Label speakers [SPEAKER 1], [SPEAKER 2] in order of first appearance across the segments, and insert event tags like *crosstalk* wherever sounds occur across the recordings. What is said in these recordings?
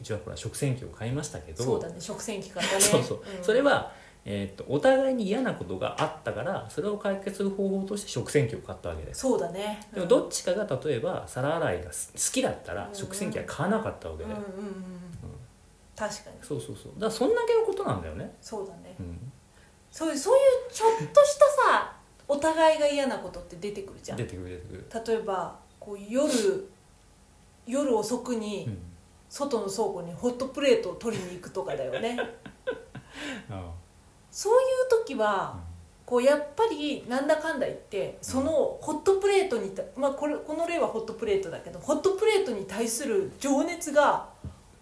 [SPEAKER 1] 一応ほら食洗機を買いましたけど
[SPEAKER 2] そうだね食洗機からだね
[SPEAKER 1] そうそう、
[SPEAKER 2] ん
[SPEAKER 1] それは、えー、とお互いに嫌なことがあったからそれを解決する方法として食洗機を買ったわけです
[SPEAKER 2] そうだね
[SPEAKER 1] でも
[SPEAKER 2] っ
[SPEAKER 1] どっちかが例えば皿洗いがす好きだった
[SPEAKER 2] う
[SPEAKER 1] ら
[SPEAKER 2] ん
[SPEAKER 1] 食洗機は買わなかったわけ
[SPEAKER 2] うん
[SPEAKER 1] で、
[SPEAKER 2] うんうんうん確かに
[SPEAKER 1] そうそうそうだからそんだけのことなんだよね、
[SPEAKER 2] そうだね
[SPEAKER 1] うん、
[SPEAKER 2] そういうそういうちょっとしたさお互いが嫌なことって出てくるじゃん
[SPEAKER 1] 出てくる出てくる、
[SPEAKER 2] 例えばこう夜夜遅く
[SPEAKER 1] う
[SPEAKER 2] に
[SPEAKER 1] ん
[SPEAKER 2] 外の倉庫にホットプレートを取りに行くとかだよね
[SPEAKER 1] あ
[SPEAKER 2] そういう時
[SPEAKER 1] あ
[SPEAKER 2] はこうやっぱりなんだかんだ言ってそのホットプレートにた、まあ、これこの例はホットプレートだけどホットプレートに対する情熱が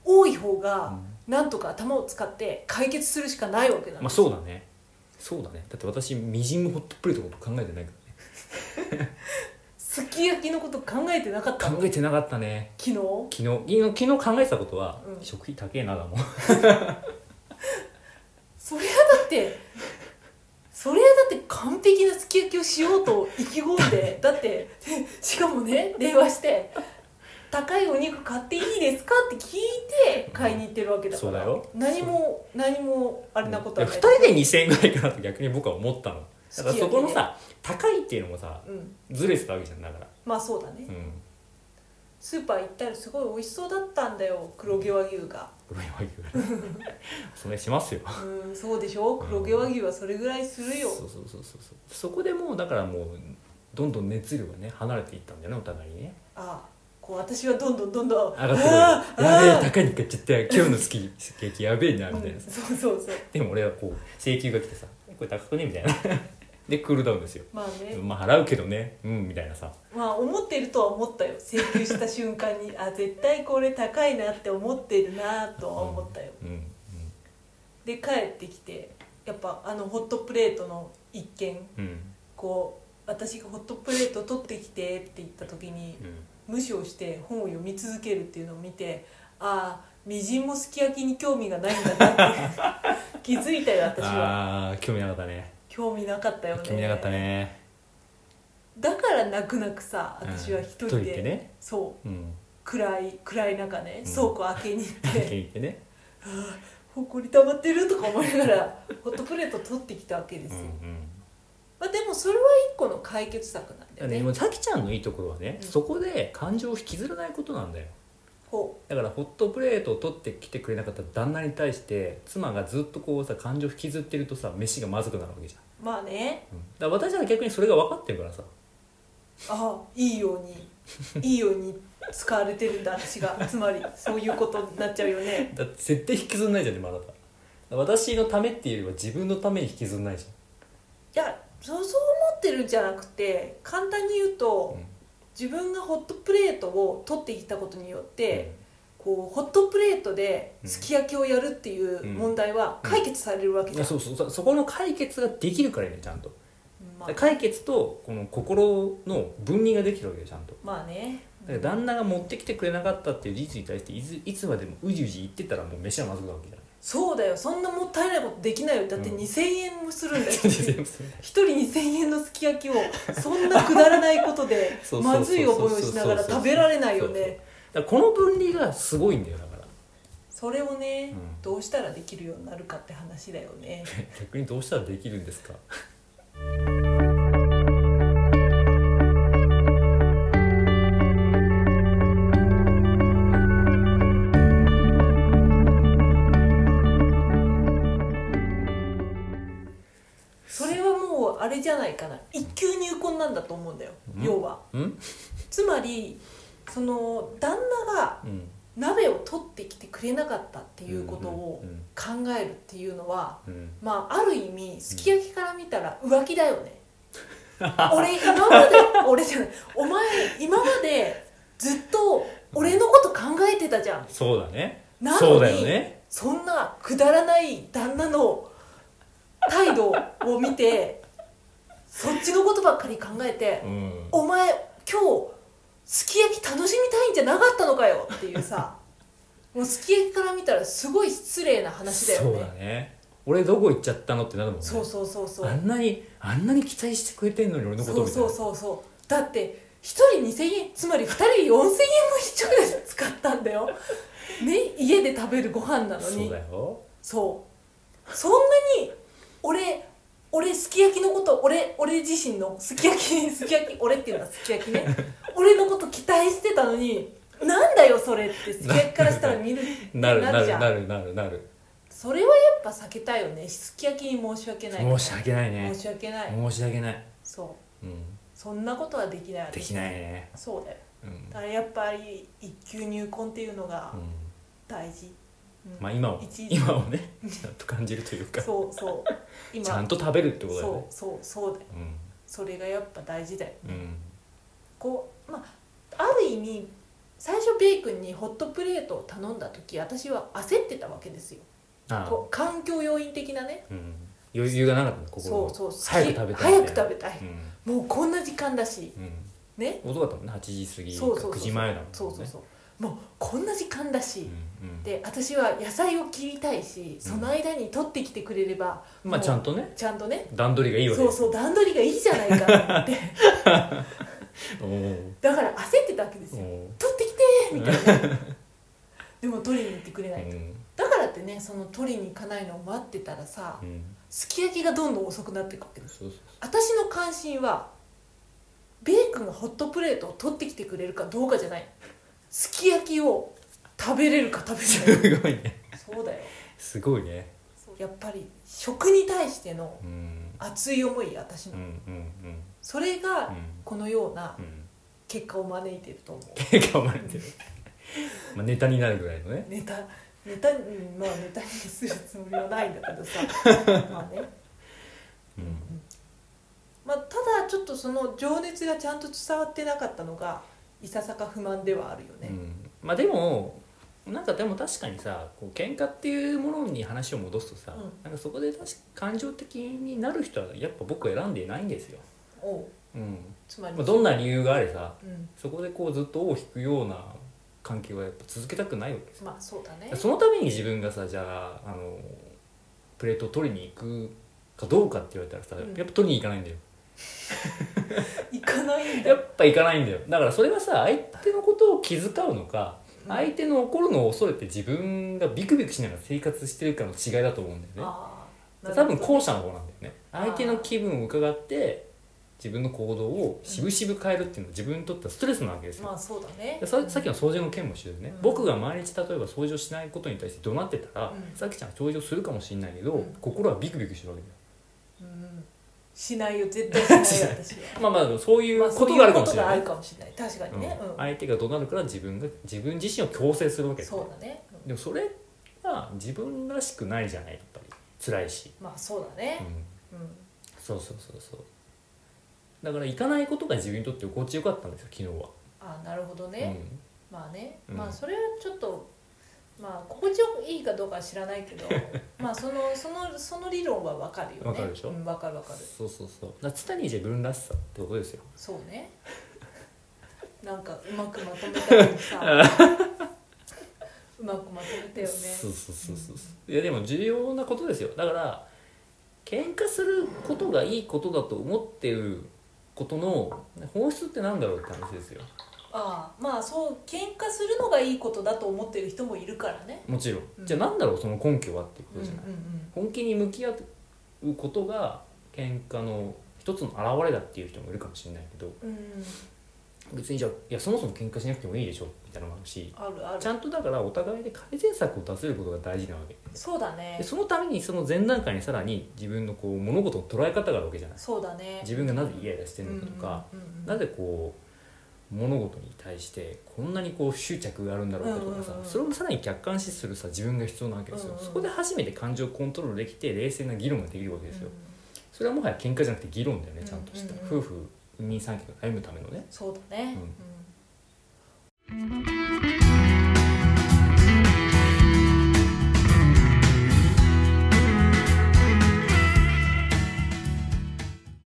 [SPEAKER 2] 多い方がなんとか頭を使って解決するしかないわけな
[SPEAKER 1] うんんまあそうだねそうだねだって私みじんもホットプレートのこと考えてないか
[SPEAKER 2] すき焼きのこと考えてなかった
[SPEAKER 1] らね
[SPEAKER 2] の
[SPEAKER 1] 考えてなかったね
[SPEAKER 2] 昨日
[SPEAKER 1] 昨日昨日昨日考えてたことは、
[SPEAKER 2] うん
[SPEAKER 1] 食費高えなだもん
[SPEAKER 2] それはだってそれはだって完璧なすき焼きをしようと意気込
[SPEAKER 1] *laughs*
[SPEAKER 2] んでだってしかもね電話して「高いお肉買っていいですか?」って聞いて買いに行ってるわけだから
[SPEAKER 1] そうだよ
[SPEAKER 2] 何も何もあれなこと
[SPEAKER 1] い
[SPEAKER 2] は
[SPEAKER 1] や
[SPEAKER 2] ない
[SPEAKER 1] 二人で2000円ぐらいかなと逆に僕は思ったのだからそこのさ、高いっていうのもさ
[SPEAKER 2] うん、
[SPEAKER 1] ずれてたわけじゃんだから
[SPEAKER 2] まあそうだね、
[SPEAKER 1] うん
[SPEAKER 2] スーパー行ったらすごい美味しそうだったんだよ黒毛和牛が
[SPEAKER 1] 黒い和牛
[SPEAKER 2] *laughs*
[SPEAKER 1] それしますよ
[SPEAKER 2] うんそうでしょ黒毛和牛はそれぐらいするよ
[SPEAKER 1] そうそうそうそうそうそこでもうだからもうどんどん熱量がね離れていったんだよねお互いにね
[SPEAKER 2] ああこう私はどんどんどんどん
[SPEAKER 1] 上がって
[SPEAKER 2] あ
[SPEAKER 1] く
[SPEAKER 2] あ
[SPEAKER 1] るやべえ
[SPEAKER 2] あ
[SPEAKER 1] 高いに買っちゃったよ今日の好きケーキやべえな
[SPEAKER 2] あ
[SPEAKER 1] みたい
[SPEAKER 2] うん
[SPEAKER 1] なさ、
[SPEAKER 2] そうそうそう
[SPEAKER 1] でも俺はこう請求が来てさ「これ高くね?」みたいなでクールダウンですよ
[SPEAKER 2] まあね
[SPEAKER 1] まあ払うけどねうんみたいなさ
[SPEAKER 2] まあ思ってるとは思ったよ請求した瞬間にあ絶対これ高いなって思ってるなとは思ったよ、
[SPEAKER 1] うんうん
[SPEAKER 2] で帰ってきてやっぱあのホットプレートの一件
[SPEAKER 1] うんうん
[SPEAKER 2] こう私がホットプレート取ってきてって言った時に無視をして本を読み続けるっていうのを見てああみじんもすき焼きに興味がないんだなって *laughs* 気づいたよ私は
[SPEAKER 1] ああ興味なかったね
[SPEAKER 2] 興味なかったよね
[SPEAKER 1] 興味なかったね
[SPEAKER 2] だから泣く泣くさ
[SPEAKER 1] うん
[SPEAKER 2] 私は一人
[SPEAKER 1] 一人
[SPEAKER 2] で、
[SPEAKER 1] でね
[SPEAKER 2] そう *laughs*
[SPEAKER 1] うん
[SPEAKER 2] 暗い暗い中ね
[SPEAKER 1] うん
[SPEAKER 2] 倉庫開けに行っ
[SPEAKER 1] 一人
[SPEAKER 2] て
[SPEAKER 1] で行ってね
[SPEAKER 2] *laughs* ほこり溜まってるとか思いながらホットプレート取ってきたわけで
[SPEAKER 1] うん
[SPEAKER 2] す
[SPEAKER 1] う
[SPEAKER 2] よ、
[SPEAKER 1] ん
[SPEAKER 2] まあ、でもそれは一個の解決策なんだ
[SPEAKER 1] だ
[SPEAKER 2] よ
[SPEAKER 1] ね、
[SPEAKER 2] ね
[SPEAKER 1] もうさきちゃんのいいところはね、
[SPEAKER 2] うん
[SPEAKER 1] そこで感情を引きずらないことなんだよ
[SPEAKER 2] ほ
[SPEAKER 1] だからホットプレートを取ってきてくれなかった旦那に対して妻がずっとこうさ感情を引きずってるとさ飯がまずくなるわけじゃ
[SPEAKER 2] うまあね
[SPEAKER 1] ん、だから私は逆にそれが分かってるからさ
[SPEAKER 2] ああいいようにいいように使われてるんだ私がつまりそういうことになっちゃうよね
[SPEAKER 1] だって絶対引きずんないじゃんでもあなただから私のためっていうよりは自分のために引きずんないじ
[SPEAKER 2] いやそうそう思ってるんじゃなくて簡単に言
[SPEAKER 1] ゃ
[SPEAKER 2] う
[SPEAKER 1] ん、
[SPEAKER 2] と
[SPEAKER 1] うん
[SPEAKER 2] 自分がホットプレートを取ってきたことによって、こうホットプレートですき焼きをやるっていう問題は
[SPEAKER 1] うん
[SPEAKER 2] 解決されるわけ
[SPEAKER 1] い
[SPEAKER 2] じゃ
[SPEAKER 1] や
[SPEAKER 2] ん、
[SPEAKER 1] そうそうそそこの解決ができるからねちゃんと
[SPEAKER 2] ま
[SPEAKER 1] だ
[SPEAKER 2] あ、
[SPEAKER 1] から解決とこの心の分離ができてるわけよちゃんと
[SPEAKER 2] まあね
[SPEAKER 1] だから旦那が持ってきてくれなかったっていう事実に対していついつまでもうじうじ言ってたらもう飯はまずくなるわけじゃない
[SPEAKER 2] そうだよそんなもったいないことできないよだって
[SPEAKER 1] うん
[SPEAKER 2] 2000円もするんだよ
[SPEAKER 1] 全
[SPEAKER 2] 一
[SPEAKER 1] 部それ
[SPEAKER 2] 人2000円のすき焼きをそんなくだらないことで
[SPEAKER 1] そうそうそうそう
[SPEAKER 2] まずい思いをしながら食べられないよ
[SPEAKER 1] そうそう
[SPEAKER 2] ね
[SPEAKER 1] だからこの分離がすごいんだよだから
[SPEAKER 2] それをね、
[SPEAKER 1] うん
[SPEAKER 2] どうしたらできるようになるかって話だよね
[SPEAKER 1] 逆にどうしたらできるんですか
[SPEAKER 2] それはもうあれじゃないかな一級入魂なんだと思うんだよ、
[SPEAKER 1] うん
[SPEAKER 2] 要は
[SPEAKER 1] うん、
[SPEAKER 2] つまりその旦那が
[SPEAKER 1] うん、
[SPEAKER 2] 鍋を取ってきてくれなかったっていうことを
[SPEAKER 1] うん
[SPEAKER 2] 考えるっていうのは、
[SPEAKER 1] うんうん
[SPEAKER 2] まあある意味すき焼きから見たら浮気だよ
[SPEAKER 1] *laughs*
[SPEAKER 2] ね俺今まで俺じゃないお前今までずっと俺のこと考えてたじゃん
[SPEAKER 1] そうだね
[SPEAKER 2] な
[SPEAKER 1] そう
[SPEAKER 2] の
[SPEAKER 1] だよ
[SPEAKER 2] に、
[SPEAKER 1] ね
[SPEAKER 2] そんなくだらない旦那の態度を見てそっちのことばっかり考えて
[SPEAKER 1] うん
[SPEAKER 2] お前今日すき焼き楽しみたいんじゃなかったのかよってい
[SPEAKER 1] *laughs*
[SPEAKER 2] うさもうすき焼きから見たらすごい失礼な話だよ
[SPEAKER 1] そう
[SPEAKER 2] ね
[SPEAKER 1] だね俺どこ行っちゃったのってなるもんね
[SPEAKER 2] そうそうそうそう
[SPEAKER 1] あんなにあんなに期待してくれてんのに俺のこ
[SPEAKER 2] そ
[SPEAKER 1] と
[SPEAKER 2] う
[SPEAKER 1] みたい
[SPEAKER 2] そう
[SPEAKER 1] な
[SPEAKER 2] そうそうだって一人2000円つまり二人4000円も一食で使ったんだよ、ね、家で食べるご飯なの
[SPEAKER 1] そう
[SPEAKER 2] に
[SPEAKER 1] だよ
[SPEAKER 2] そうそんなに俺俺すき焼きのこと俺俺自身のすき焼き *laughs* すき焼き俺っていうのはすき焼きね俺のこと期待してたのになんだよそれってすき焼きからしたら見る
[SPEAKER 1] *laughs* なるな
[SPEAKER 2] なる
[SPEAKER 1] る
[SPEAKER 2] じゃん
[SPEAKER 1] なるなるなる
[SPEAKER 2] それはやっぱ避けたいよねすき焼きに申し訳ない
[SPEAKER 1] 申し訳ないね
[SPEAKER 2] 申し訳ない
[SPEAKER 1] 申し訳ない
[SPEAKER 2] そう
[SPEAKER 1] うん
[SPEAKER 2] そんなことはできない
[SPEAKER 1] できないね
[SPEAKER 2] そうだよ
[SPEAKER 1] うん
[SPEAKER 2] だからやっぱり一級入魂っていうのが
[SPEAKER 1] うん
[SPEAKER 2] 大事、うん
[SPEAKER 1] まあ今を
[SPEAKER 2] 一時
[SPEAKER 1] 今をね
[SPEAKER 2] *laughs*
[SPEAKER 1] ちゃんと感じるというか
[SPEAKER 2] そうそう
[SPEAKER 1] *laughs*
[SPEAKER 2] 今
[SPEAKER 1] ちゃんと食べるってことだよね
[SPEAKER 2] そうそうそうだよ
[SPEAKER 1] うん
[SPEAKER 2] それがやっぱ大事だよ
[SPEAKER 1] うん
[SPEAKER 2] こうまあある意味最初ベイ君にホットプレートを頼んだ時私は焦ってたわけですよ
[SPEAKER 1] ああ
[SPEAKER 2] こう環境要因的なね
[SPEAKER 1] うん余裕がなかったの心
[SPEAKER 2] そ
[SPEAKER 1] が
[SPEAKER 2] うそう
[SPEAKER 1] 早く食べたい
[SPEAKER 2] 早く食べたい、
[SPEAKER 1] うん
[SPEAKER 2] もうこんな時間だし
[SPEAKER 1] うん
[SPEAKER 2] ね
[SPEAKER 1] 遅かったもんね8時過ぎか
[SPEAKER 2] そうそうそう
[SPEAKER 1] 9時前だもんね
[SPEAKER 2] そうそうそうもうこんな時間だ
[SPEAKER 1] う
[SPEAKER 2] し、
[SPEAKER 1] んうん
[SPEAKER 2] で私は野菜を切りたいしその間に取ってきてくれれば、
[SPEAKER 1] まあちゃんとね
[SPEAKER 2] ちゃんとね
[SPEAKER 1] 段取りがいいわけ
[SPEAKER 2] そうそう段取りがいいじゃないかと思
[SPEAKER 1] *laughs*
[SPEAKER 2] って
[SPEAKER 1] おー
[SPEAKER 2] だから焦ってたわけですよ
[SPEAKER 1] お
[SPEAKER 2] 取ってきてみたいな *laughs* でも取りに行ってくれない、
[SPEAKER 1] ーうん
[SPEAKER 2] だからってねその取りに行かないのを待ってたらさ
[SPEAKER 1] うん
[SPEAKER 2] すき焼きがどんどん遅くなっていくわけです
[SPEAKER 1] そうそう
[SPEAKER 2] 私の関心はベイ君がホットプレートを取ってきてくれるかどうかじゃないすき焼きを食べれるか食べれない
[SPEAKER 1] *laughs* すごいね
[SPEAKER 2] かそうだよ
[SPEAKER 1] すごいね
[SPEAKER 2] やっぱり食に対しての
[SPEAKER 1] うん
[SPEAKER 2] 熱い思い私の、
[SPEAKER 1] うんうんうん
[SPEAKER 2] それが
[SPEAKER 1] う
[SPEAKER 2] このようなん
[SPEAKER 1] うん *laughs*
[SPEAKER 2] 結果を招いてると思 *laughs*
[SPEAKER 1] 手が生まれてるまあネタになるぐらいのね
[SPEAKER 2] うネタネタうんまあネタにするつもりはないんだ
[SPEAKER 1] *laughs*
[SPEAKER 2] けどさまあね、
[SPEAKER 1] うん
[SPEAKER 2] まあ、ただちょっとその情熱がちゃんと伝わってなかったのがいささか不満ではあるよ
[SPEAKER 1] う
[SPEAKER 2] ね、
[SPEAKER 1] ん、まあでもなんかでも確かにさこう喧嘩っていうものに話を戻すとさ、
[SPEAKER 2] うん
[SPEAKER 1] なんかそこで確か感情的になる人はやっぱ僕選んでいないんですよ、
[SPEAKER 2] おう
[SPEAKER 1] うん
[SPEAKER 2] つまり、
[SPEAKER 1] まあ、どんな理由があれさ
[SPEAKER 2] うん
[SPEAKER 1] そこでこうずっと尾を引くような関係はやっぱ続けたくないわけですよ
[SPEAKER 2] まあそうだね
[SPEAKER 1] そのために自分がさじゃああのプレートを取りに行くかどうかって言われたらさ、
[SPEAKER 2] うん
[SPEAKER 1] やっぱ取りに行かないんだよ
[SPEAKER 2] 行かないんだ
[SPEAKER 1] や
[SPEAKER 2] よ
[SPEAKER 1] っぱ行かないんだよだからそれはさ相手のことを気遣うのか相手の怒るのを恐れて自分がビクビクしながら生活してるかの違いだと思うんだよね
[SPEAKER 2] ああ
[SPEAKER 1] 多分
[SPEAKER 2] う
[SPEAKER 1] 後者の方なんだよね相手の気分を伺って自分の行動を渋々変えるっていうのは自分にとってはストレスなわけですよ、
[SPEAKER 2] まあそうだね
[SPEAKER 1] でささっきの掃除の件も一緒でね、
[SPEAKER 2] うん
[SPEAKER 1] 僕が毎日例えば掃除をしないことに対して怒鳴ってたら、
[SPEAKER 2] うん
[SPEAKER 1] さきちゃんは掃除をするかもしれないけど、
[SPEAKER 2] うん
[SPEAKER 1] 心はビクビクしてるわけだよ
[SPEAKER 2] うんしないよ絶対しな
[SPEAKER 1] *laughs*
[SPEAKER 2] いよ私は
[SPEAKER 1] まあまあそういう
[SPEAKER 2] まあ
[SPEAKER 1] こ
[SPEAKER 2] そう
[SPEAKER 1] と
[SPEAKER 2] い
[SPEAKER 1] があ
[SPEAKER 2] う
[SPEAKER 1] るか
[SPEAKER 2] こ
[SPEAKER 1] もし
[SPEAKER 2] と
[SPEAKER 1] れ
[SPEAKER 2] が
[SPEAKER 1] な
[SPEAKER 2] あ
[SPEAKER 1] い
[SPEAKER 2] るかもしれない確か
[SPEAKER 1] う
[SPEAKER 2] に
[SPEAKER 1] ん
[SPEAKER 2] ね、うん
[SPEAKER 1] 相手が怒鳴るから自分が自分自身を強制するわけだよ
[SPEAKER 2] そうだね、うん
[SPEAKER 1] でもそれは自分らしくないじゃないやっぱり辛いし、
[SPEAKER 2] まあそうだ
[SPEAKER 1] う
[SPEAKER 2] ね、
[SPEAKER 1] ん、
[SPEAKER 2] うん、
[SPEAKER 1] そうそうそうそうだから行かないことが自分にとって心地よかったんですよ昨日は、
[SPEAKER 2] あなるほどね、まあね、
[SPEAKER 1] うん
[SPEAKER 2] まあそれはちょっとまあ心地よくいいかどうかは知らない
[SPEAKER 1] *laughs*
[SPEAKER 2] けどまあそのそのその理論はわかるよね
[SPEAKER 1] わかるでしょ
[SPEAKER 2] うん、わかるわ
[SPEAKER 1] うん
[SPEAKER 2] かる
[SPEAKER 1] そうそうそうだから常に自分らしさってことですよ
[SPEAKER 2] そう
[SPEAKER 1] *laughs*
[SPEAKER 2] ねなんかうまくまとめたよさうまくまとめたよね
[SPEAKER 1] そうそうそうそうそういやでも重要なことですよだから喧嘩することがいいことだと思ってることの本質ってなんだろうって話ですよ
[SPEAKER 2] ああまあそう喧嘩するのがいいことだと思ってる人もいるからね
[SPEAKER 1] もちろん、
[SPEAKER 2] うん
[SPEAKER 1] じゃあなんだろうその根拠はっていうこ
[SPEAKER 2] う
[SPEAKER 1] と
[SPEAKER 2] んうん
[SPEAKER 1] じゃ
[SPEAKER 2] う
[SPEAKER 1] ない、
[SPEAKER 2] ん
[SPEAKER 1] 本気に向き合うことが喧嘩の一つの表れだっていう人もいるかもしれないけど
[SPEAKER 2] うん
[SPEAKER 1] 別にじゃあいやそもそも喧嘩しなくてもいいでしょみたいなのもあるし
[SPEAKER 2] あるあ
[SPEAKER 1] ちゃ
[SPEAKER 2] る
[SPEAKER 1] んとだからお互いで改善策を出せることが大事なわけ
[SPEAKER 2] そうだね
[SPEAKER 1] でそのためにその前段階にさらに自分のこう物事の捉え方があるわけじゃない
[SPEAKER 2] そうだね
[SPEAKER 1] 自分がなぜイライラしてるのかとか、
[SPEAKER 2] うんうんうんうん
[SPEAKER 1] なぜこう物事に対してこんなにこう執着があるんだろうかとかさ、
[SPEAKER 2] うんうんうん
[SPEAKER 1] それもさらに客観視するさ自分が必要なわけですよ、
[SPEAKER 2] うんうん
[SPEAKER 1] そこで初めて感情をコントロールできて冷静な議論ができるわけですよ、
[SPEAKER 2] うん
[SPEAKER 1] それはもはや喧嘩じゃなくて議論だよねちゃんとした、
[SPEAKER 2] うんうんうん
[SPEAKER 1] 夫婦二人三脚が歩むためのね
[SPEAKER 2] そうだね、
[SPEAKER 1] うん
[SPEAKER 2] うん